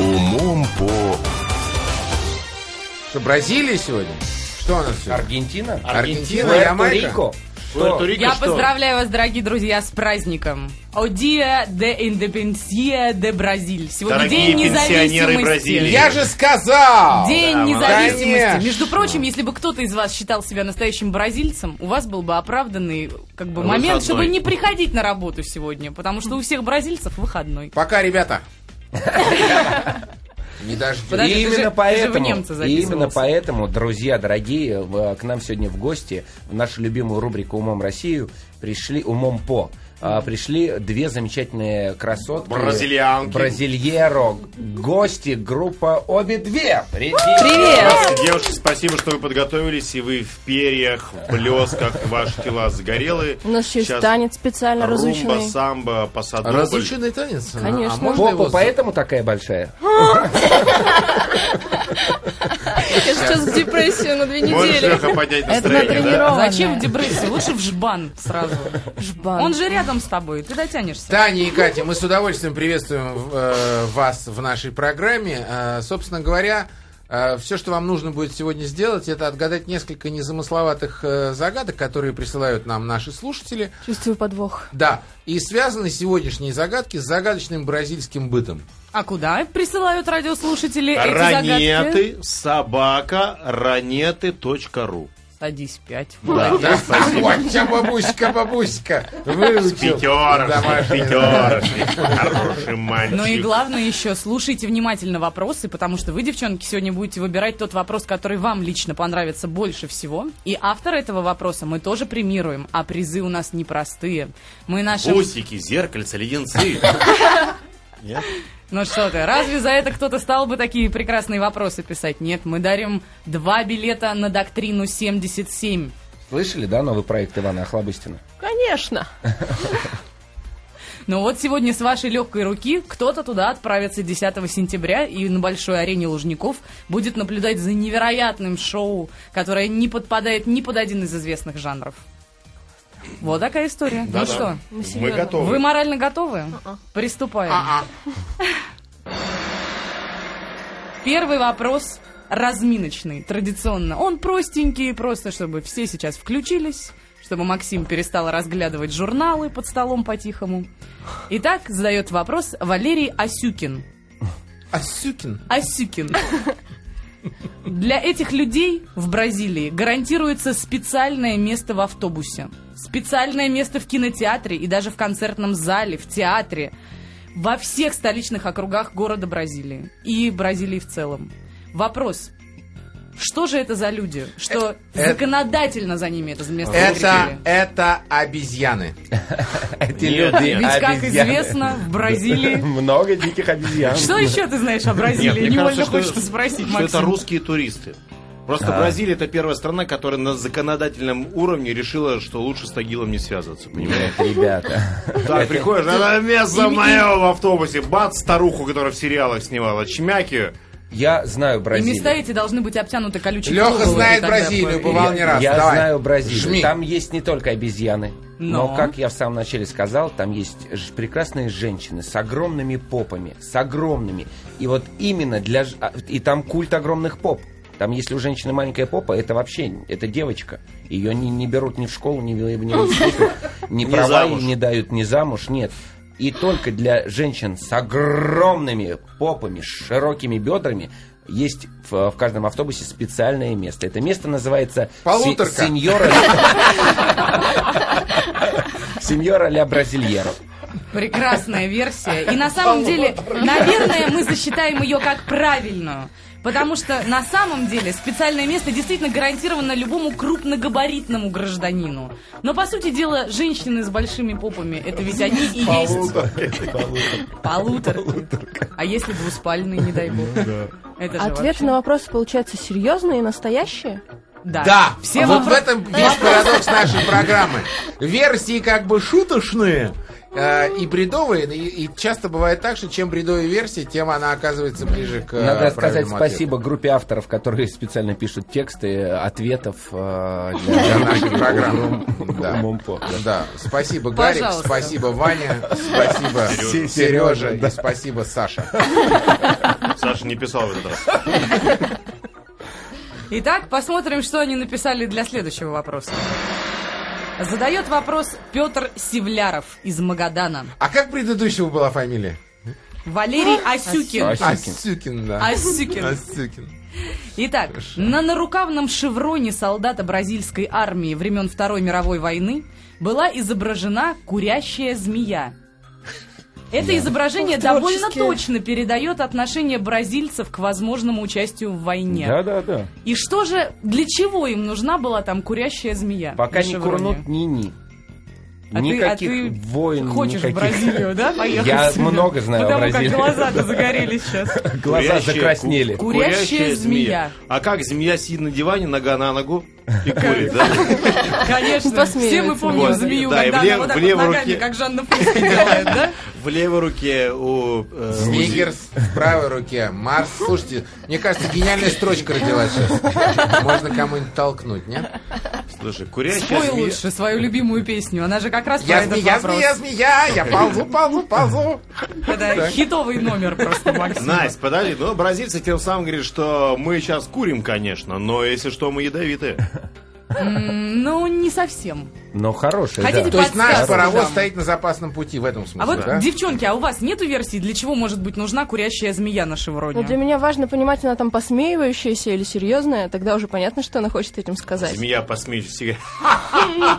Умом по... Что, Бразилия сегодня? Что у нас сегодня? Аргентина? Аргентина, Пуэрто Ямайка? Рико? Пуэрто-Рико Я что? поздравляю вас, дорогие друзья, с праздником. Одия де Индепенсия де Бразиль. Сегодня Дорогие день пенсионеры независимости. Бразилии. Я же сказал! День Да, независимости. молодец. Между прочим, если бы кто-то из вас считал себя настоящим бразильцем, у вас был бы оправданный как бы момент, Выходной. чтобы не приходить на работу сегодня, потому что у всех бразильцев выходной. Пока, ребята. Не дождем. Подожди, ты же- ты именно же в поэтому, немца записывался. именно поэтому, друзья дорогие, в- к нам сегодня в гости в нашу любимую рубрику «Умом Россию» пришли «Умом по». А, Пришли две замечательные красотки. Бразильянки. Бразильеро. Гости группа обе две. Привет! Здравствуйте, девушки, спасибо, что вы подготовились, и вы в перьях, в блесках, ваши тела сгорелые. У нас еще есть Сейчас танец специально Румба, разученный. самбо, пасадобль. Разученный танец? А Конечно. можно Попа его за- поэтому такая большая? Я сейчас в депрессию на две Можешь, недели. Леха, поднять Это на настроение, да? тренировку. Зачем в депрессию? Лучше в жбан сразу. Жбан. Он же рядом с тобой, ты дотянешься. Таня и Катя, мы с удовольствием приветствуем э, вас в нашей программе. Э, собственно говоря, все, что вам нужно будет сегодня сделать, это отгадать несколько незамысловатых э, загадок, которые присылают нам наши слушатели. Чувствую подвох. Да, и связаны сегодняшние загадки с загадочным бразильским бытом. А куда присылают радиослушатели эти загадки? Ранеты, собака, ранеты.ру. Садись пять. Да, спасибо. Вот тебя бабуська, бабуська, выучил. Пятерочки, Домашнее пятерочки. Хороший Ну и мальчик. главное еще, слушайте внимательно вопросы, потому что вы, девчонки, сегодня будете выбирать тот вопрос, который вам лично понравится больше всего. И автора этого вопроса мы тоже премируем, а призы у нас непростые. Мы нашим... Усики, зеркальца, леденцы. Ну что ты, разве за это кто-то стал бы такие прекрасные вопросы писать? Нет, мы дарим два билета на доктрину 77. Слышали, да, новый проект Ивана Охлобыстина? Конечно. Ну вот сегодня с вашей легкой руки кто-то туда отправится 10 сентября и на Большой арене Лужников будет наблюдать за невероятным шоу, которое не подпадает ни под один из известных жанров. Вот такая история. ну что, Мы Мы серьезно. вы готовы. морально готовы? Приступаем. Первый вопрос разминочный, традиционно. Он простенький, просто чтобы все сейчас включились, чтобы Максим перестал разглядывать журналы под столом по-тихому. Итак, задает вопрос Валерий Асюкин. А Асюкин. Асюкин. Для этих людей в Бразилии гарантируется специальное место в автобусе, специальное место в кинотеатре и даже в концертном зале, в театре, во всех столичных округах города Бразилии и Бразилии в целом. Вопрос. Что же это за люди? Что э- законодательно за ними это место Это, закрепили? это обезьяны. Эти Нет, люди э, нет. Ведь, как обезьяны. известно, в Бразилии... Много диких обезьян. Что еще ты знаешь о Нет, Бразилии? мне Невольно кажется, хочется спросить, что это Максим. русские туристы. Просто А. Бразилия это первая страна, которая на законодательном уровне решила, что лучше с Тагилом не связываться, понимаешь? Нет, ребята. Так, приходишь, это место мое в автобусе, бац, старуху, которая в сериалах снимала, чмяки. Я знаю И Бразилию. места эти должны быть обтянуты колючей Леха проволокой знает и так далее. Бразилию, Я- бывал не раз. Я Давай. знаю Бразилию. Жми. Там есть не только обезьяны. Но. Но. как я в самом начале сказал, там есть ж- прекрасные женщины с огромными попами, с огромными. И вот именно для... ж- а, И там культ огромных поп. Там, если у женщины маленькая попа, это вообще, это девочка. Ее не, не берут ни в школу, ни в, ни в институт, ни Не права ей замуж. не дают, ни замуж, нет. И только для женщин с огромными попами, с широкими бедрами есть в, в каждом автобусе специальное место. Это место называется се- Полуторка. сеньора... Сеньора ля Бразильеро. Прекрасная версия. И на самом деле, наверное, мы засчитаем ее как правильную. Потому что на самом деле специальное место действительно гарантировано любому крупногабаритному гражданину. Но по сути дела, женщины с большими попами, это ведь они и есть полутор. А если двуспальные, не дай бог. Это же Ответы вообще- на вопросы получаются серьезные и настоящие? Да. Да, А Все вот вопросы- в этом есть парадокс нашей программы. Версии как бы шуточные, э, э, и бредовые, и, и часто бывает так, что чем бредовая версия, тем она оказывается ближе к э, Надо сказать правильному ответу. спасибо группе авторов, которые специально пишут тексты э, ответов э, Для нашей программы. Умом- Да. Умом по- да. Да, спасибо, Гарик, Пожалуйста. спасибо, Ваня, спасибо, Сережа. Сережа, Да. и спасибо, Саша. Саша не писал в этот раз. Итак, посмотрим, что они написали для следующего вопроса. Задает вопрос Петр Севляров из Магадана. А как предыдущего была фамилия? Валерий Асюкин. Ась- А, Асюкин. Асюкин, да. Асюкин. Асюкин. Итак, на нарукавном шевроне солдата бразильской армии времен Второй мировой войны была изображена курящая змея. Это изображение Ух, довольно творческие. точно передает отношение бразильцев к возможному участию в войне. Да, да, да. И что же, для чего им нужна была там курящая змея? Пока на не шевроне? курнут, ни-ни. А ты- а Никаких ты войн, Хочешь в никаких. Бразилию, да, поехать? Я себе? много знаю о Потому Бразилии. как глаза-то загорелись сейчас. Глаза Курящая закраснели. ку- Курящая змея. А как змея сидит на диване, нога на ногу и курит, да? Конечно, Посмеется. все мы помним Вот, змею, да, и когда в лев- она вот так в вот левой ногами, руке. как Жанна Фриске делает, да? В левой руке у... э, Снигерс в правой руке. Марс, слушайте, мне кажется, гениальная строчка родилась сейчас. Можно кому-нибудь толкнуть, нет? у- Слушай, курящая Спой змея... лучше свою любимую песню, она же как раз про Я этот змея, вопрос. змея, змея, я ползу, ползу, ползу. Это хитовый номер просто, Максим. Настя, подожди, ну бразильцы тем самым говорят, что мы сейчас курим, конечно, но если что, мы ядовиты. М, Ну, не совсем. Но хорошие, Хотите да. То есть наш Подсказка паровоз нам. стоит на запасном пути в этом А смысле, вот, да? девчонки, а у вас нету версии, для чего может быть нужна курящая змея на Но для шевроне? меня важно понимать, она там посмеивающаяся или серьезная, тогда уже понятно, что она хочет этим сказать. Змея посмеется себе.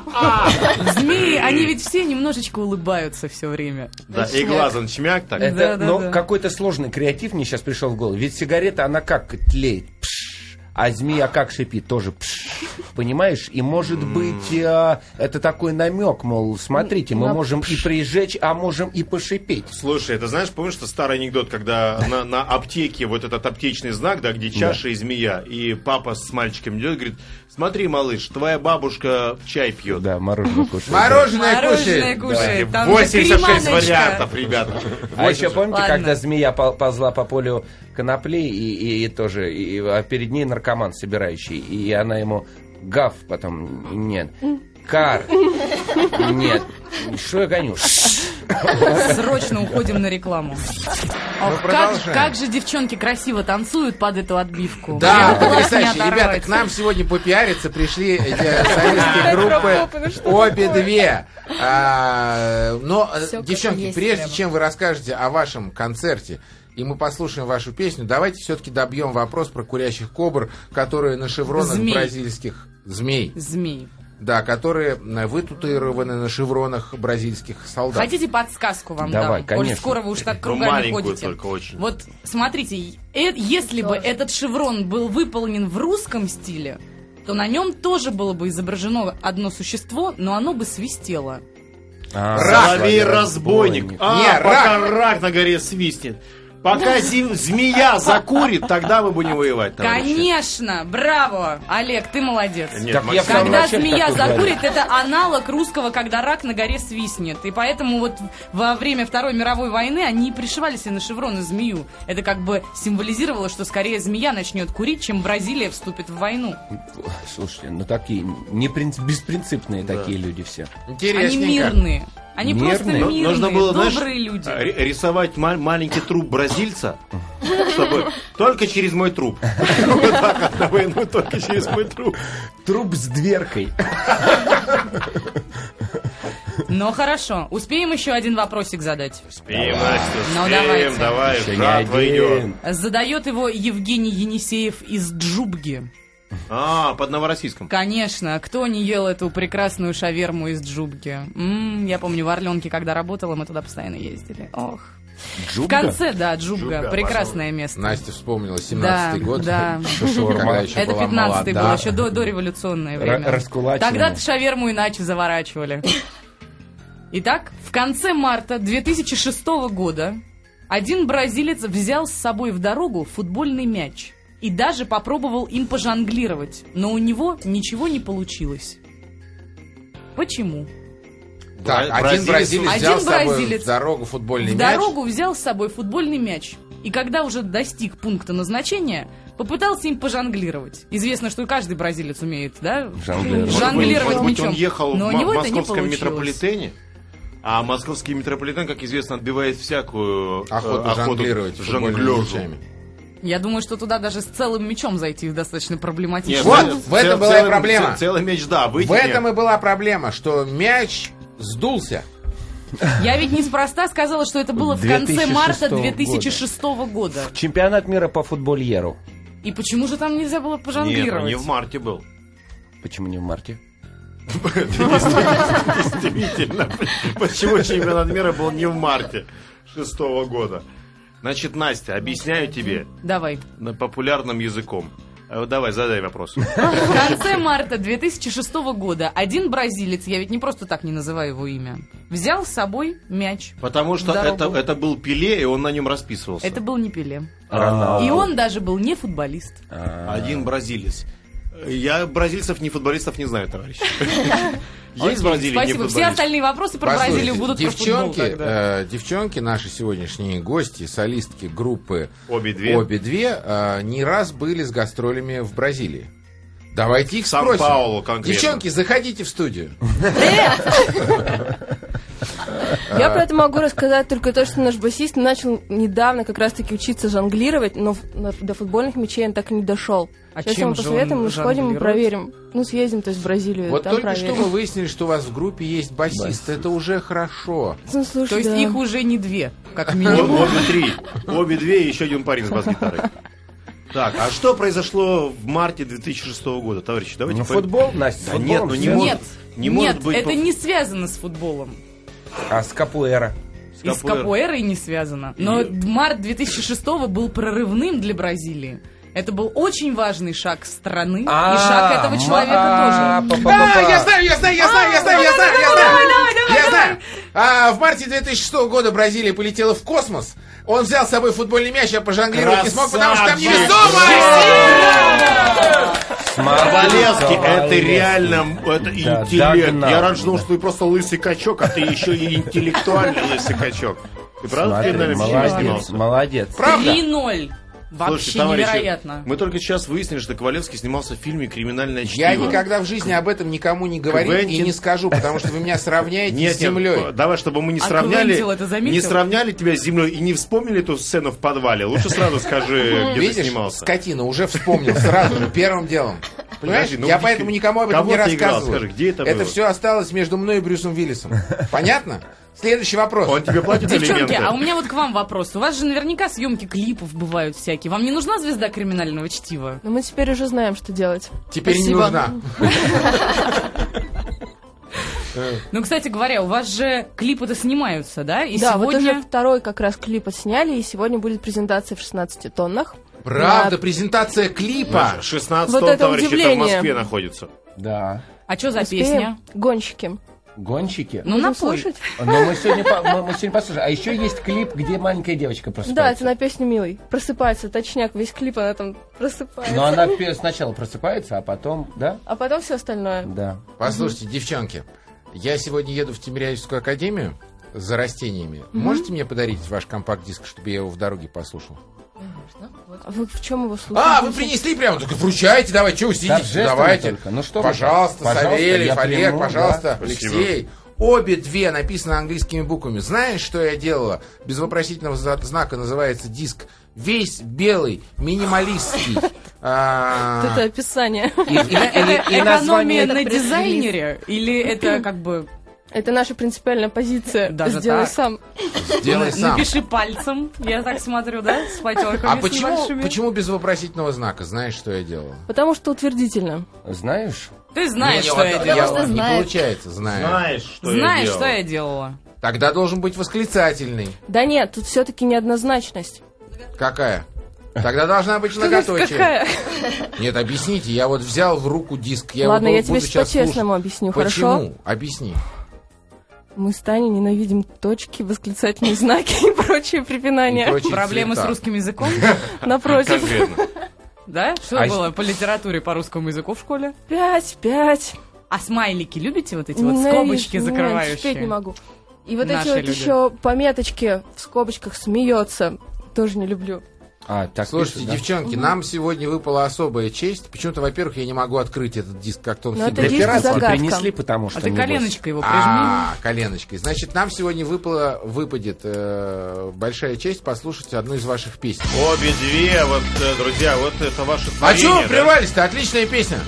Змеи, они ведь все немножечко улыбаются все время. Да, и глазом чмяк так. Это, Да, да, но да. какой-то сложный креатив мне сейчас пришел в голову. Ведь сигарета, она как тлеет. Пш. А змея как шипит, тоже пш. Понимаешь? И может быть, э, это такой намек, мол, смотрите, мы На можем и прижечь, а можем и пошипеть. Слушай, это знаешь, помнишь, что старый анекдот, когда на, на аптеке вот этот аптечный знак, да, где чаша и змея, и папа с мальчиком идет, говорит, смотри, малыш, твоя бабушка чай пьет. Да, мороженое кушать. Мороженое Мороженое кушай. кушает. Там 86 приманочка. вариантов, ребята. А еще помните, Ладно. когда змея пол- ползла по полю конопли, и, и- и тоже, и, и, а перед ней наркоман собирающий, и она ему гав потом, нет, кар, нет, что я гоню? Срочно уходим на рекламу. Ох, как, продолжаем. как же девчонки красиво танцуют под эту отбивку. Да, Прям глаз не потрясающе. Ребята, оторвать. к нам сегодня попиариться пришли эти солистские ну группы. Обе две. А, Но, э, Всё как девчонки, есть прежде прямо. чем вы расскажете о вашем концерте, и мы послушаем вашу песню, давайте все-таки добьем вопрос про курящих кобр, которые на шевронах Змей. бразильских змей. Змей. Да, которые э, вытатуированы на шевронах бразильских солдат. Хотите подсказку вам Давай, дам? конечно. Коль скоро вы уж так Ну, кругами маленькую ходите. только очень. Вот смотрите, е- э- если бы этот шеврон был выполнен в русском стиле, то на нем тоже было бы изображено одно существо, но оно бы свистело. Соловей-разбойник. А, разбойник. А, Не, пока рак. на горе свистнет. Пока зи- змея закурит, тогда мы будем воевать, товарищи. Конечно! Браво! Олег, ты молодец. Нет, Так я в Максим, самом Когда начале змея так и говорил. закурит, это аналог русского, когда рак на горе свистнет. И поэтому вот во время Второй мировой войны они и пришивали себе на шевроны змею. Это как бы символизировало, что скорее змея начнет курить, чем Бразилия вступит в войну. Слушайте, ну такие не принц- беспринципные такие люди все. Они Интересненько. мирные. Они Мирные? просто ну, мирные, нужно было, добрые знаешь, люди. ри- рисовать ма- маленький труп бразильца, чтобы только через мой труп. Вот так вот на войну, только через мой труп. Труп с дверкой. Но хорошо, успеем еще один вопросик задать. Спим, Настя, Ну, спим, давайте. давай, Еще не жатва идет. один. Задает его Евгений Енисеев из Джубги. А, под Новороссийском. Конечно, кто не ел эту прекрасную шаверму из джубки? М, я помню, в Орленке, когда работала, мы туда постоянно ездили. Ох. В Джубга? конце, да, джубга. Джубга, прекрасное место. Настя вспомнила 17-й Да, год. да. Когда еще Это была 15-й молода. был, еще до, дореволюционное время. раскулаченная. Тогда шаверму иначе заворачивали. Итак, в конце марта 2006 года один бразилец взял с собой в дорогу футбольный мяч и даже попробовал им пожонглировать, но у него ничего не получилось. Почему? Так, Бра- один бразилец. бразилец Один взял с собой бразилец. в дорогу футбольный В мяч. дорогу взял с собой футбольный мяч. И когда уже достиг пункта назначения, попытался им пожонглировать. Известно, что каждый бразилец умеет, да? Жонглировать. Жонглировать Может быть, мячом. он ехал Но в у мо- него это не московском получилось. метрополитене. А московский метрополитен, как известно, отбивает всякую э, Охоту жонглировать футбольными жонглёжу. мячами. Я думаю, что туда даже с целым мячом зайти достаточно проблематично. Нет, Вот, цел- в этом цел- была и целый- проблема. цел- Целый мяч, да, выйти В этом нет. и была проблема, что мяч сдулся. Я ведь неспроста сказала, что это было в конце 2006 марта года. 2006 года. Чемпионат мира по футбольеру. И почему же там нельзя было Нет, пожонглировать? он не в марте был. Почему не в марте? Действительно. Почему чемпионат мира был не в марте шестого года? Значит, Настя, объясняю тебе Давай. на популярным языком. Э, Давай, задай вопрос. В конце марта 2006 года один бразилец, я ведь не просто так не называю его имя, взял с собой мяч. Потому что В дорогу. это, это был Пеле, и он на нем расписывался. Это был не Пеле. Роналду. И он даже был не футболист. Один бразилец. Я бразильцев, ни футболистов не знаю, товарищ. Есть Окей, бразилии, не Спасибо. Все футболисты? остальные вопросы про Бразилию будут про футбол девчонки, тогда. э, девчонки, наши сегодняшние гости, солистки группы Обе две. обе две, э, не раз были с гастролями в Бразилии. Давайте их спросим. Сан-Паулу конкретно. Девчонки, заходите в студию. Э, А. Я про это могу рассказать только то, что наш басист начал недавно как раз-таки учиться жонглировать, но в- на- до футбольных мячей он так и не дошел. А Сейчас чем мы же он посоветуем, мы сходим и жонглирует? проверим. Ну, съездим, то есть в Бразилию, Вот там только проверим. что вы выяснили, что у вас в группе есть басист. Это уже хорошо. Ну, слушай, То есть да. их уже не две, как минимум. О- Обе три. Обе две и еще один парень с бас-гитарой. Так, а что произошло в марте 2006 года, товарищи? Давайте Ну, по- футбол, Настя, с Да футболом нет, ну не связано. может- Нет, не нет, может быть это по- не связано с футболом. А с капуэра. С И с капуэр- капуэрой не связано. Но И- март 2006 был прорывным для Бразилии. Это был очень важный шаг страны А, и шаг А, этого человека тоже. А, я знаю, я знаю, я знаю, я знаю, я знаю, я знаю. давай, давай, Я знаю. А, в марте 2006 года Бразилия полетела в космос. Он взял с собой футбольный мяч, а пожонглировать не смог, потому что там Красавчик! невесомость. Ковалевский, это реально это Да, интеллект. догнал. Я раньше думал, что ты просто лысый качок, а ты еще и интеллектуальный лысый качок. Ты правда в криминальном фильме молодец, снимался? молодец. Правда? 3-0. Вообще Слушайте, товарищи, невероятно. мы только сейчас выяснили, что Ковалевский снимался в фильме «Криминальное чтиво». Я никогда в жизни об этом никому не говорил и Квентин. не скажу, потому что вы меня сравняете Нет, с землей. нет, давай, чтобы мы не А сравняли, Квентил это заметил? не сравняли тебя с землей и не вспомнили эту сцену в подвале. Лучше сразу скажи, где ты Видишь, снимался. скотина, уже вспомнил сразу же, первым делом. Понимаешь, Подожди, ну я где- поэтому никому об этом кого не ты играл? рассказываю. Скажи, где это было? все осталось между мной и Брюсом Виллисом. Понятно? Следующий вопрос. Он тебе платит Девчонки, элементы? а у меня вот к вам вопрос. У вас же наверняка съемки клипов бывают всякие. Вам не нужна звезда криминального чтива? Но мы теперь уже знаем, что делать. Теперь Спасибо. не нужна. Ну, кстати говоря, у вас же клипы-то снимаются, да? И да, вот сегодня... уже второй как раз клип отсняли, и сегодня будет презентация в 16 тоннах. Правда, На- презентация клипа. 16 Вот тонн, это товарищи, это в удивление. Москве находится. Да. А что за Успеем? песня? Гонщики. Гонщики. Ну, Будем напой. слушать? Но мы сегодня, по- мы, мы сегодня послушаем. А еще есть клип, где маленькая девочка Да, это просыпается. на песню «Милый». Просыпается, точняк, весь клип она там просыпается. Ну, а- Но Ну, она пе- сначала просыпается, а потом, да? А потом все остальное. Да. Послушайте, девчонки, я сегодня еду в Тимирязевскую академию за растениями. Можете мне подарить ваш компакт-диск, чтобы я его в дороге послушал? А Вы в чем его слушаете? А, вы принесли прямо? Так вручайте, давай, чего вы сидите? Торжественно Давайте. только. Ну что вы, пожалуйста, пожалуйста, Савельев, я Олег, приму, пожалуйста, да. Алексей. Обе две написаны английскими буквами. Знаешь, что я делала? Без вопросительного за- знака называется диск. Весь белый, минималистский. А, Вот Это описание. Это и название экономия это на пресс-релиз. дизайнере? Или это как бы Это наша принципиальная позиция. Даже Сделай так? сам. Сделай сам. напиши пальцем? Я так смотрю, да? С потерками А с почему, небольшими. почему без вопросительного знака? Знаешь, что я делала? Потому что утвердительно. Знаешь? Ты знаешь, Не, что вот я это делала. вот Не знает. получается, знаю. Знаешь, что я Знаешь, делал? что я делала. Тогда должен быть восклицательный. Да нет, тут все-таки неоднозначность. Какая? Тогда должна быть многоточие. Какая? Нет, объясните, я вот взял в руку диск. Я Ладно, его я тебе буду сейчас по-честному слушать. объясню, хорошо? Почему? Объясни. Мы с Таней ненавидим точки, восклицательные знаки и прочие И препинания. прочие Проблемы с цвета. русским языком, Напротив. Конкретно. да? Что А было по литературе, по русскому языку в школе? Пять, пять. А смайлики любите вот эти вот Ненавижу, скобочки ненавижу, закрывающие? терпеть не могу. И вот Наши эти вот люди. еще пометочки в скобочках смеется. Тоже не люблю. А, так Слушайте, пишут, да? девчонки, нам сегодня выпала особая честь. Почему-то, во-первых, я не могу открыть этот диск, как он Но Ну, это хитрый. диск Пиратский. за- Вы загадка. принесли, потому что... А ты небось. коленочкой его прижми. А, коленочкой. Значит, нам сегодня выпала, выпадет э, большая честь послушать одну из ваших песен. Обе две, вот, э, друзья, вот это ваше А творение. чего вы да? прервались-то? Отличная песня.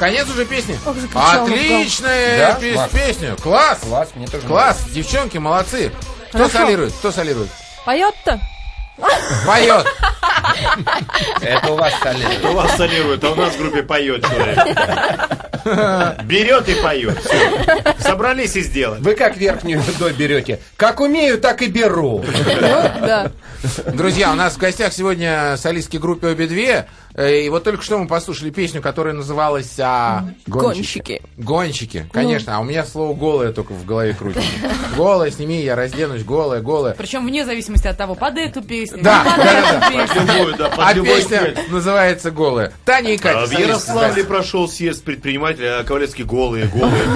Конец уже песни? Ох, закричал он, Отличная да. пе- Да? Класс. песня. Класс. Класс. Класс, мне тоже Девчонки, молодцы. Кто Хорошо. солирует? Кто солирует? Поет-то? Поет. нравится. Это у вас солидно. У вас солирует, а у нас в группе поет человек. Берет и поет. Всё. Собрались и сделали. Вы как верхнюю до берете? Как умею, так и беру. Ну, да. Друзья, у нас в гостях сегодня солистки группы обе две. Э, И вот только что мы послушали песню, которая называлась а, Гонщики. «Гонщики». Конечно, а у меня слово «голая» только в голове крутится. Голая, сними, я разденусь, голая, голая. Причем вне зависимости от того, под эту песню, Да, не под да, эту да. песню. Любой, да, под А любой песня текст. называется «Голая». Таня и А Катя. В солистки, Ярославле здрасте. прошел съезд предпринимателей, а Ковалевский голые, голые.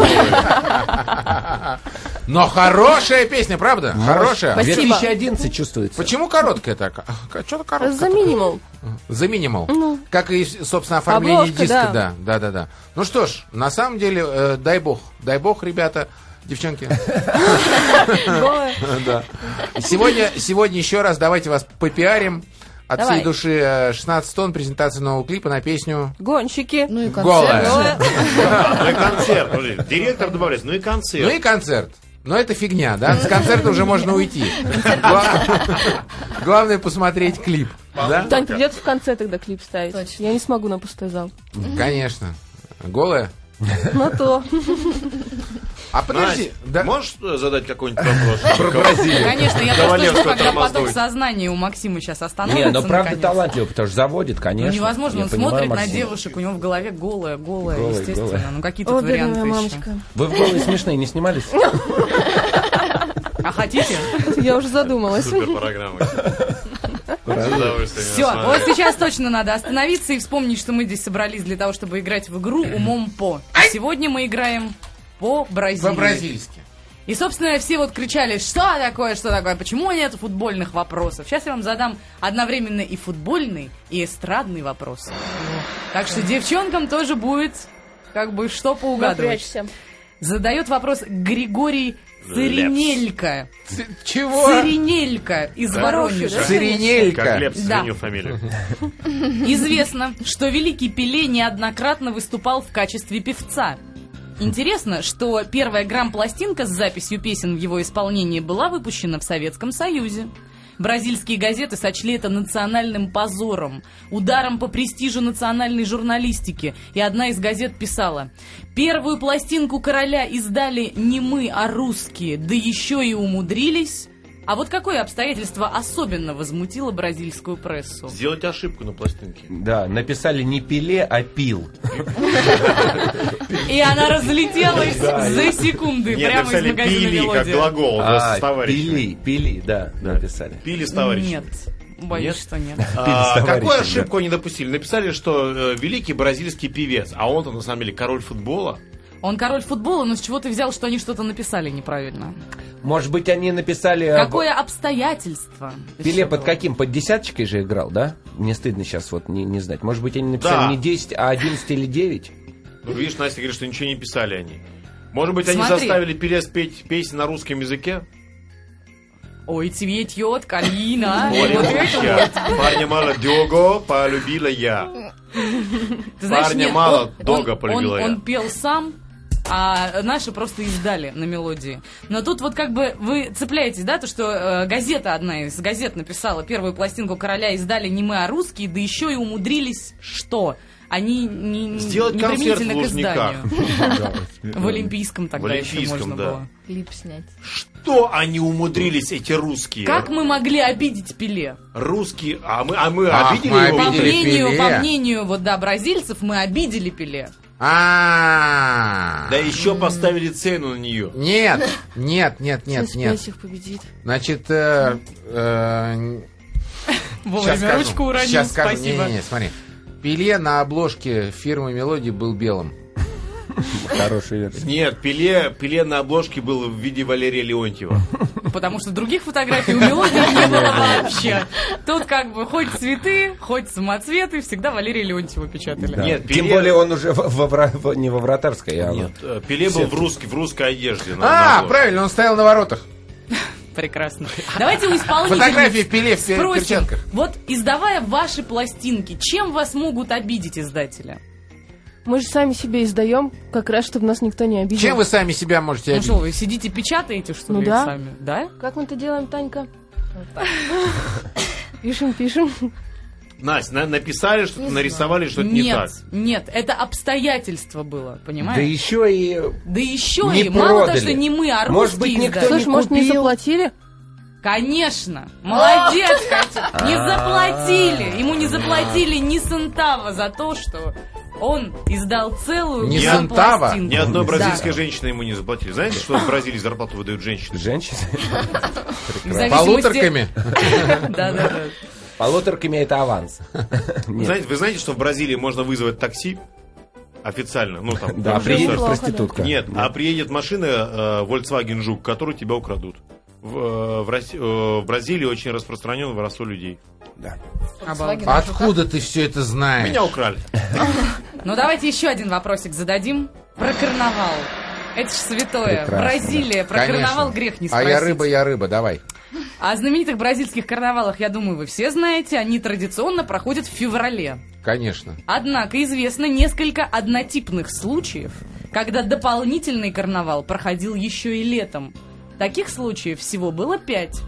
Но хорошая песня, правда? Хорошая. Спасибо. 2011 чувствуется. Почему короткая так? А, Что-то короткая. За минимум. За минимум. Как и, собственно, оформление Ну. Обложка, диска, да. да. да, да, да. Ну что ж, на самом деле, э, дай бог, дай бог, ребята, девчонки. Голая. Да. Сегодня, сегодня еще раз давайте вас попиарим. От Давай. всей души э, 16 тонн презентация нового клипа на песню Гонщики. Ну и концерт. «Голая». На Ну концерт. подожди, Директор добавляется, ну и Ну концерт. и концерт. Но это фигня, да? С концерта уже можно уйти. Гла- Главное посмотреть клип. Да? Тань, придется в конце тогда клип ставить. Точно. Я не смогу на пустой зал. Конечно. Голая? Ну то. А подожди, Настя, да. можешь э, задать какой-нибудь вопрос? Конечно, я просто Ковалевского жду, когда тормознуть. поток сознания у Максима сейчас остановится. Не, ну правда наконец. талантливый, потому что заводит, Ну, конечно. невозможно, Я он понимаю, смотрит на Максим. девушек, у него в голове голая, голая, Голая, естественно. голая. Ну какие О, тут бедная варианты моя еще? мамочка. Вы в голые смешные не снимались? А хотите? Я уже задумалась. Супер программа. Все, вот сейчас точно надо остановиться и вспомнить, что мы здесь собрались для того, чтобы играть в игру умом по. И Сегодня мы играем по Бразилии. По-бразильски. И, собственно, все вот кричали, что такое, что такое, почему нет футбольных вопросов. Сейчас я вам задам одновременно и футбольный, и эстрадный вопрос. Так что девчонкам тоже будет как бы что поугадывать. Напрячься. Задает вопрос Григорий Циринелька. Ц- Чего? Циринелька из Воронежа. Как Циринелька. Лепс Да. сменил фамилию. Известно, что великий Пеле неоднократно выступал в качестве певца. Интересно, что первая грамм-пластинка с записью песен в его исполнении была выпущена в Советском Союзе. Бразильские газеты сочли это национальным позором, ударом по престижу национальной журналистики. И одна из газет писала, «Первую пластинку короля издали не мы, а русские, да еще и умудрились». А вот какое обстоятельство особенно возмутило бразильскую прессу? Сделать ошибку на пластинке. Да, написали не пиле, а пил. И она разлетелась за секунды Нет, прямо из написали магазина пили, как «Мелодия». глагол, да, с А, товарищами. пили, пили, да, написали. Пили с товарищами. Нет, боюсь, что нет. А, Пили с какую товарищами, ошибку они допустили? Написали, что э, великий бразильский певец, а он-то на самом деле король футбола. Он король футбола, но с чего ты взял, что они что-то написали неправильно? Может быть, они написали... а, Какое обстоятельство? Пеле Еще под было. каким? Под десяточкой же играл, да? Мне стыдно сейчас вот не, не знать. Может быть, они написали Да. не 10, а 11 или 9? Ну, видишь, Настя говорит, что ничего не писали они. Может быть, они Смотри. заставили певец петь песни на русском языке? Ой, цвет йод, калина. Море А, Вот это вот. я. Парня мало Дего полюбила я. Ты знаешь, Парня нет, мало, он- долго он- полюбила он- я. Он пел сам, а наши просто издали на мелодии. Но тут вот как бы вы цепляетесь, да, то, что э, газета одна из газет написала первую пластинку «Короля» издали не мы, а русские, да еще и умудрились что? Они не, не- Сделать не концерт применительно в к Лужниках. изданию. В Олимпийском тогда В еще Олимпийском, можно да. было. Клип снять. Что они умудрились, эти русские? Как мы могли обидеть Пеле? Русские. А мы, а мы Ах, обидели мы его? По Обидели мнению, Пеле. по мнению вот, да, бразильцев, мы обидели Пеле. А. Да еще поставили цену на нее. Нет, нет, нет, нет, нет. их победит. Значит, э, э, щас Вовремя скажу, ручку уронил, щас скажу. спасибо. Не, не, не, смотри. Пеле на обложке фирмы «Мелодии» был белым. Хорошая версия. Нет, Пеле, Пеле на обложке был в виде Валерия Леонтьева. Потому что других фотографий у Мелодина не было вообще. Тут как бы хоть цветы, хоть самоцветы, всегда Валерия Леонтьева печатали. Да. Нет, Тем Пеле- более он уже во- во вра- во- не во вратарской, а Нет, э, Пеле был в, русский, в русской одежде. на- на А, обложке. правильно, он стоял на воротах. Прекрасно. Давайте у исполнителей Фотографии в Пеле в пе- спросим. перчатках. Вот издавая ваши пластинки, чем вас могут обидеть издателя? Мы же сами себе издаем, как раз, чтобы нас никто не обидел. Чем вы сами себя можете Ну что, обидеть? вы сидите печатаете, что Ну ли, да. сами? Да? Как мы это делаем, Танька? Пишем, пишем. Настя, на- написали что-то, нарисовали что-то не так. нет, нет, это обстоятельство было, Да понимаешь? еще и... Да, еще Не и мало того, продали. что не мы, а русские Может быть, никто издатели. не Слушай, может, не купил? заплатили? Конечно! Молодец, Катя! Не заплатили! Ему не заплатили ни сентава за то, что он издал целую Ни пластинку. сентава? Ни одной Да. бразильской женщины ему не заплатили. Знаете, что в Бразилии зарплату выдают женщины? Женщины? В зависимости- Полуторками? Да, да, да. Полуторками это аванс. Нет. Знаете, вы знаете, что в Бразилии можно вызвать такси официально? Ну, там, Да, А там приедет что-то. Неплохо, да. проститутка. Нет, а приедет машина э, Volkswagen Жук, которую тебя украдут. В, э, в Росси- э, в Бразилии очень распространен воровство людей. Да. Обалдеть. Откуда ты все это знаешь? Меня украли. Ну, давайте еще один вопросик зададим про карнавал. Это же святое. Прекрасно, Бразилия. Про Конечно. карнавал грех не А спросить. я рыба, я рыба, давай. О знаменитых бразильских карнавалах, я думаю, вы все знаете. Они традиционно проходят в феврале. Конечно. Однако известно несколько однотипных случаев, когда дополнительный карнавал проходил еще и летом. Таких случаев всего было пять,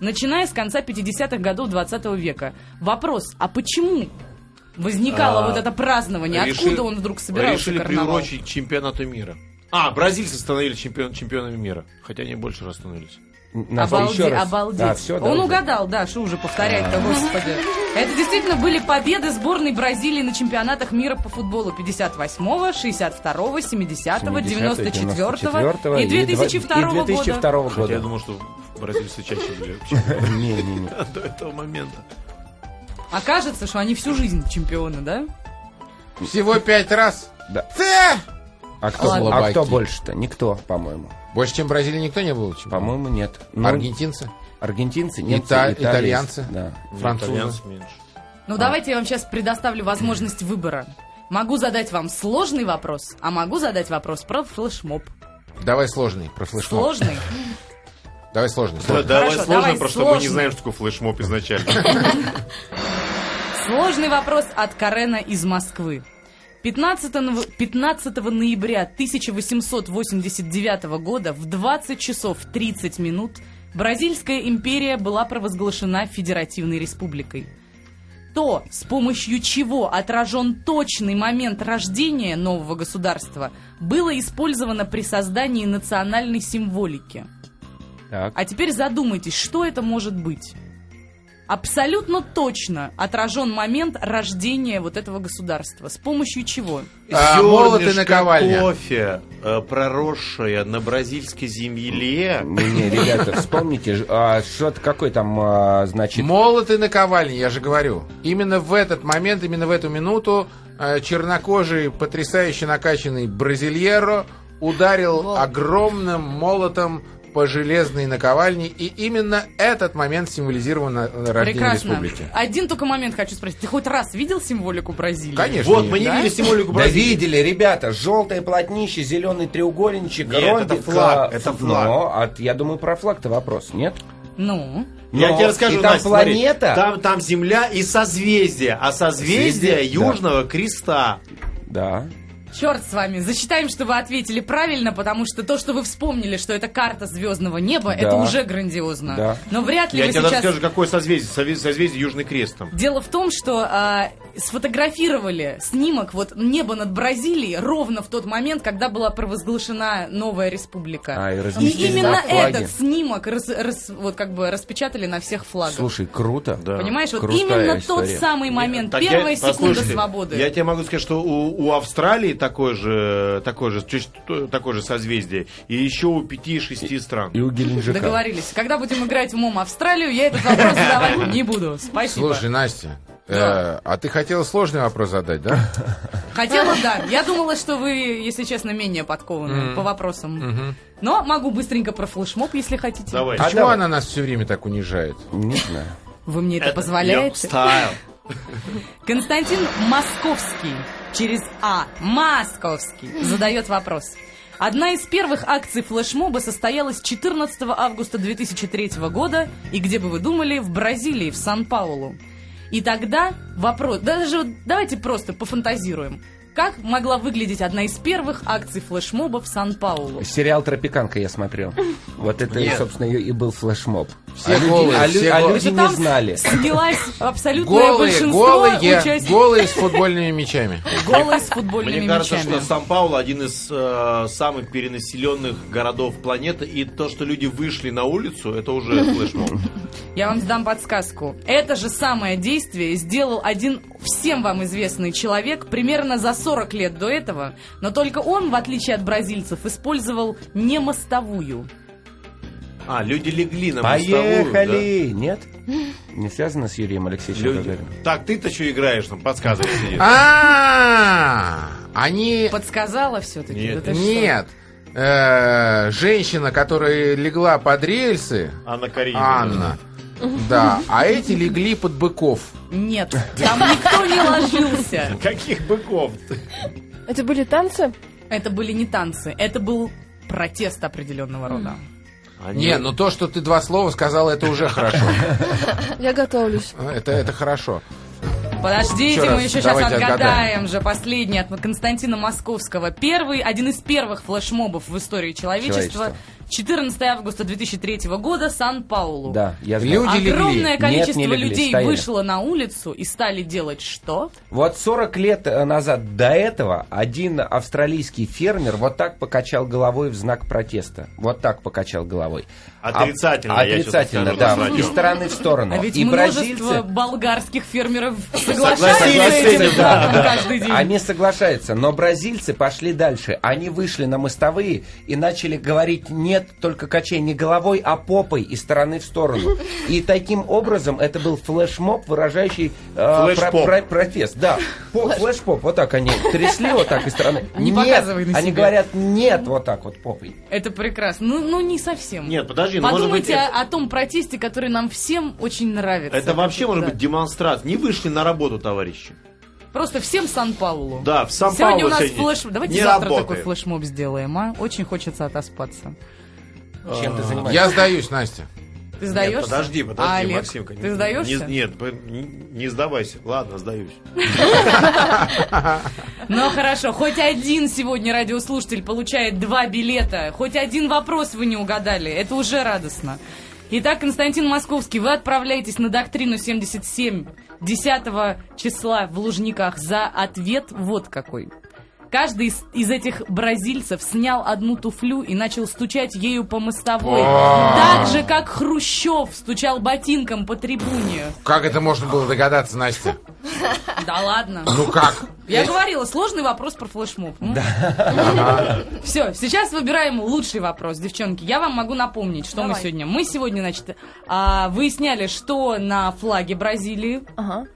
начиная с конца 50-х годов 20 века. Вопрос, а почему возникало А, вот это празднование? решили- Откуда он вдруг собирался Решили карнавал? приурочить к чемпионату мира. А, бразильцы становились чемпион- чемпионами мира. Хотя они больше раз становились. Надо Обалдеть, еще раз. обалдеть. Да, все, Он угадал, да, что уже повторять-то, господи. Это действительно были победы сборной Бразилии на чемпионатах мира по футболу 58-го, 62-го, 70-го, 94-го и 2002-го года. Хотя я года. думал, что бразильцы чаще были Не-не-не. до этого момента. Окажется, что они всю жизнь чемпионы, да? Всего пять раз. Да. Т! А кто, Ладно. а кто Слабаки. больше-то? Никто, по-моему. Больше, чем в Бразилии, никто не был чемпионом. По-моему, нет. Ну, Аргентинцы? Аргентинцы, немцы, Ита- италийцы. итальянцы. Да. Французы? Итальянцев меньше. Ну, А. давайте я вам сейчас предоставлю возможность выбора. Могу задать вам сложный вопрос, а могу задать вопрос про флешмоб. Давай сложный, про флешмоб. Сложный? Давай сложный. Да, сложный. давай Хорошо, сложно, давай потому что мы не сложно. знаем, что такое флешмоб изначально. Сложный вопрос от Карена из Москвы. 15, нов- 15 ноября 1889 года в 20 часов 30 минут Бразильская империя была провозглашена Федеративной Республикой. То, с помощью чего отражен точный момент рождения нового государства, было использовано при создании национальной символики. Так. А теперь задумайтесь, что это может быть. Абсолютно точно отражен момент рождения вот этого государства. С помью чего? А, молот и наковальня. кофе, э, проросшая на бразильской земле. Не-не, ребята, вспомните, ж- а, что-то какой там, а, значит... Молот и наковальня, я же говорю. Именно в этот момент, именно в эту минуту э, чернокожий, потрясающе накачанный бразильеро ударил огромным молотом по железной наковальне. И именно этот момент символизирован на- на рождение Прекрасно. республики. Один только момент хочу спросить. Ты хоть раз видел символику Бразилии? Конечно. Вот, мы не Да? видели символику Да Бразилии. видели, ребята, желтое плотнище, зеленый треугольничек, Нет, ромбик, это флаг, а, это ф- флаг. но, а, я думаю, про флаг-то вопрос, нет? Ну. Я Но- тебе расскажу, и там Настя, смотри, планета, там, там Земля и созвездие, а созвездие Созвездие, да. Южного Креста. да, Черт с вами. Засчитаем, что вы ответили правильно, потому что то, что вы вспомнили, что это карта звездного неба, Да. это уже грандиозно. Да. Но вряд ли Я вы тебе сейчас... расскажу, какое созвездие. Сове- Созвездие Южный Крест там. Дело в том, что а, сфотографировали снимок вот неба над Бразилией ровно в тот момент, когда была провозглашена новая республика. А, и и разнесли именно флаги. этот снимок раз- раз- вот как бы распечатали на всех флагах. слушай, круто, да. Понимаешь, вот крутая именно тот история. самый момент, Так я- первая секунда послушайте, свободы. Я тебе могу сказать, что у, у Австралии такое же, такое же, чуть- то- такое же созвездие, и еще у пяти-шести стран. и у Геленджика. Договорились. Когда будем играть умом Австралию, я этот вопрос задавать не буду. Спасибо. Слушай, Настя, Э, А ты хотела сложный вопрос задать, да? Хотела, да. Я думала, что вы, если честно, менее подкованы по вопросам. Но могу быстренько про флешмоб, если хотите. Давай. Почему А давай. А она нас все время так унижает? Не знаю. Вы мне Э, это, Йоп, позволяете? Стайл. Константин Московский через А. Московский задает вопрос. Одна из первых акций флешмоба состоялась 14 августа 2003 года, и где бы вы думали, в Бразилии, в Сан-Паулу. И тогда вопрос, даже вот давайте просто пофантазируем. Как могла выглядеть одна из первых акций флешмоба в Сан-Паулу? Сериал «Тропиканка» я смотрел. Вот это, и, Нет. собственно, и и был флешмоб. Все а люди, голые, а лю- все а голые. люди Что не там знали. Снялась абсолютное Голые, большинство голые, участников голые с футбольными мячами. голые с футбольными Мне кажется, мячами. что Сан-Паулу один из э, самых перенаселенных городов планеты, и то, что люди вышли на улицу, это уже флешмоб. Я вам дам подсказку. Это же самое действие сделал один всем вам известный человек примерно за 40 лет до этого, но только он, в отличие от бразильцев, использовал не мостовую. А, люди легли на мостовую. да? Поехали! Нет? Не связано с Юрием Алексеевичем Люди. Гагариным? Так, ты-то что играешь там, подсказывай сидит. А, они Подсказала все-таки? Нет. нет. Э, Женщина, которая легла под рельсы, Анна Каренина. Анна. Да, а эти легли под быков. Нет, там никто не ложился. Каких быков? Это были танцы? Это были не танцы, это был протест определенного рода. Не, ну то, что ты два слова сказала, это уже хорошо. Я готовлюсь. Это, это хорошо. Подождите, Еще мы раз, еще сейчас давайте отгадаем, отгадаем. же последний от Константина Московского. Первый, один из первых флешмобов в истории человечества. 14 августа 2003 года, Сан-Паулу. Да, я знаю. Люди легли. Огромное Нет, количество не легли, людей стояли. вышло на улицу и стали делать что? Вот 40 лет э, назад до этого один австралийский фермер вот так покачал головой в знак протеста. Вот так покачал головой. А- Отрицательно, я честно Отрицательно, скажу, да. название. Из стороны в сторону. А ведь Ну, И множество бразильцы... болгарских фермеров соглашаются с согласились, этим да, фактом каждый день. Они соглашаются, но бразильцы пошли дальше. Они вышли на мостовые и начали говорить «нет, только качай не головой, а попой из стороны в сторону». И таким образом это был флешмоб, выражающий э, Флешпоп. протест. Да, По- флешпоп. Вот так они трясли вот так из стороны. Не «Нет». показывай на Они себя. говорят «нет» вот так вот попой. Это прекрасно. Ну, ну, не совсем. Нет, подожди, ну, может быть... Подумайте это- о, о том протесте, который нам всем очень нравится. Это вообще может Да. быть демонстрация. Не вышли на работу, товарищи. Просто всем Сан-Паулу. Да, в Сан-Паулу Сегодня у нас сегодня флеш... Давайте не завтра работает. такой флешмоб сделаем, а? Очень хочется отоспаться. Чем ты занимаешься? Я сдаюсь, Настя. Ты Нет, сдаешься? подожди, подожди, А, Олег, Максим, конечно. Ты сдаешься? Не- нет, п- не, не сдавайся. Ладно, сдаюсь. Ну хорошо, хоть один сегодня радиослушатель получает два билета, хоть один вопрос вы не угадали, это уже радостно. Итак, Константин Московский, вы отправляетесь на доктрину 77 10 числа в Лужниках за ответ вот какой. Каждый из, из этих бразильцев снял одну туфлю и начал стучать ею по мостовой. Так же, как Хрущев стучал ботинком по трибуне. Как это можно было догадаться, Настя? Да ладно. Ну как? Я говорила, сложный вопрос про флешмоб. Да. Все, сейчас выбираем лучший вопрос, девчонки. Я вам могу напомнить, что мы Давай. сегодня. Мы сегодня, значит, а, выясняли, что на флаге Бразилии. Ага.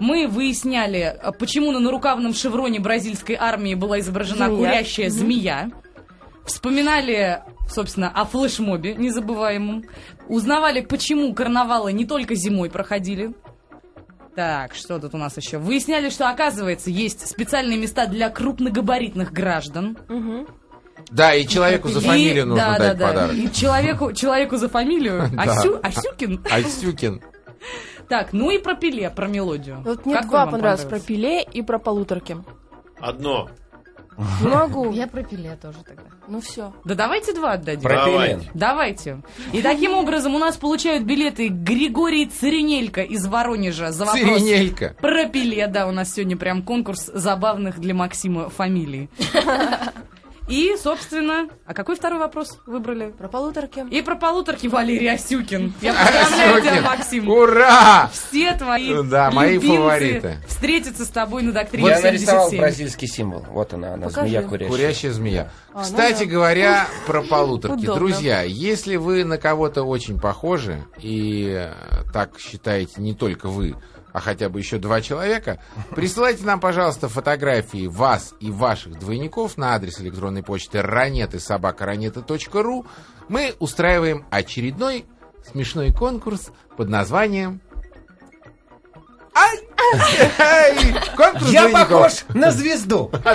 Мы выясняли, а, почему на нарукавном шевроне бразильской армии была изображена Змея. курящая змея. Вспоминали, собственно, о флешмобе незабываемом. Узнавали, почему карнавалы не только зимой проходили. Так, что тут у нас еще? Выясняли, что, оказывается, есть специальные места для крупногабаритных граждан. Мгм. Да, и человеку за фамилию И- нужно да, дать да, да. подарок. И человеку, человеку за фамилию. Да. Асю- Асюкин. А Альсюкин. Так, ну и про Пеле, про мелодию. Вот мне Как два вам понравилось, про понравилось? пиле и про полуторки. Одно. Не могу. Я про пиле тоже тогда. Ну все. Да давайте два отдадим. Про Давай. пелен. Давайте. И таким образом у нас получают билеты Григорий Циринелько из Воронежа за вопрос Циринелька. про пиле. Да, у нас сегодня прям конкурс забавных для Максима фамилий. И, собственно, а какой второй вопрос выбрали? Про полуторки. И про полуторки Валерий Асюкин. Я поздравляю тебя, Асюкин. Максим. Ура! Все твои Ну Да, мои любимцы фавориты. встретятся с тобой на доктрине Я нарисовал 77. бразильский символ. Вот она, она, Покажи. змея курящая. Курящая змея. А, ну Кстати да. говоря, про полуторки. Удобно. Друзья, если вы на кого-то очень похожи, и э, так считаете не только вы, а хотя бы еще два человека, присылайте нам, пожалуйста, фотографии вас и ваших двойников на адрес электронной почты ранетысобакаранеты.ру. Мы устраиваем очередной смешной конкурс под названием... Ай! Ай! Конкурс Я двойников. похож на звезду. А,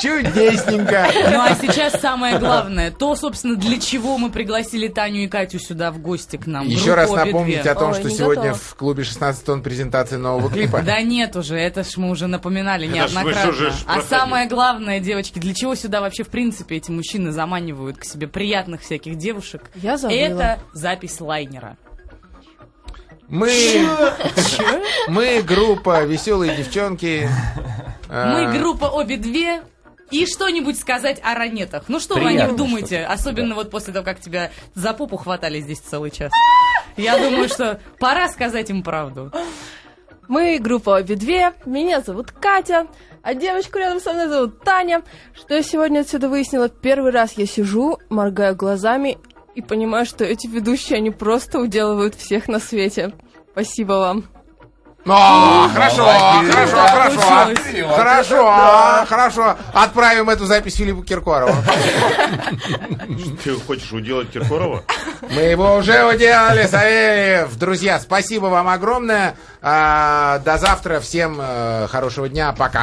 Чудесненько! Ну а сейчас самое главное, то, собственно, для чего мы пригласили Таню и Катю сюда в гости к нам. Еще Группу раз обе напомнить две. о том, Ой, что не сегодня готова. в клубе 16 тонн презентация нового клипа. Да нет уже, это ж мы уже напоминали ж вы неоднократно. же ж а проходили. самое главное, девочки, для чего сюда вообще в принципе эти мужчины заманивают к себе приятных всяких девушек? Я забыла. Это запись лайнера. Мы, мы группа веселые девчонки. Мы А. Э, группа обе две. И что-нибудь сказать о ранетах. Ну что вы о Приятно них думаете? что-то, Особенно вот после того, как тебя за попу хватали здесь целый час. Я думаю, что пора сказать им правду. Мы группа обе две. Меня зовут Катя, а девочку рядом со мной зовут Таня. Что я сегодня отсюда выяснила? Первый раз я сижу, моргаю глазами и понимаю, что эти ведущие, они просто уделывают всех на свете. Спасибо вам. а, Хорошо, хорошо, хорошо. получилось. Хорошо, а, хорошо. Отправим эту запись Филиппу Киркорову. Ты хочешь уделать Киркорова? Мы его уже уделали, Савельев. Друзья, спасибо вам огромное. А, До завтра. Всем э, хорошего дня. Пока.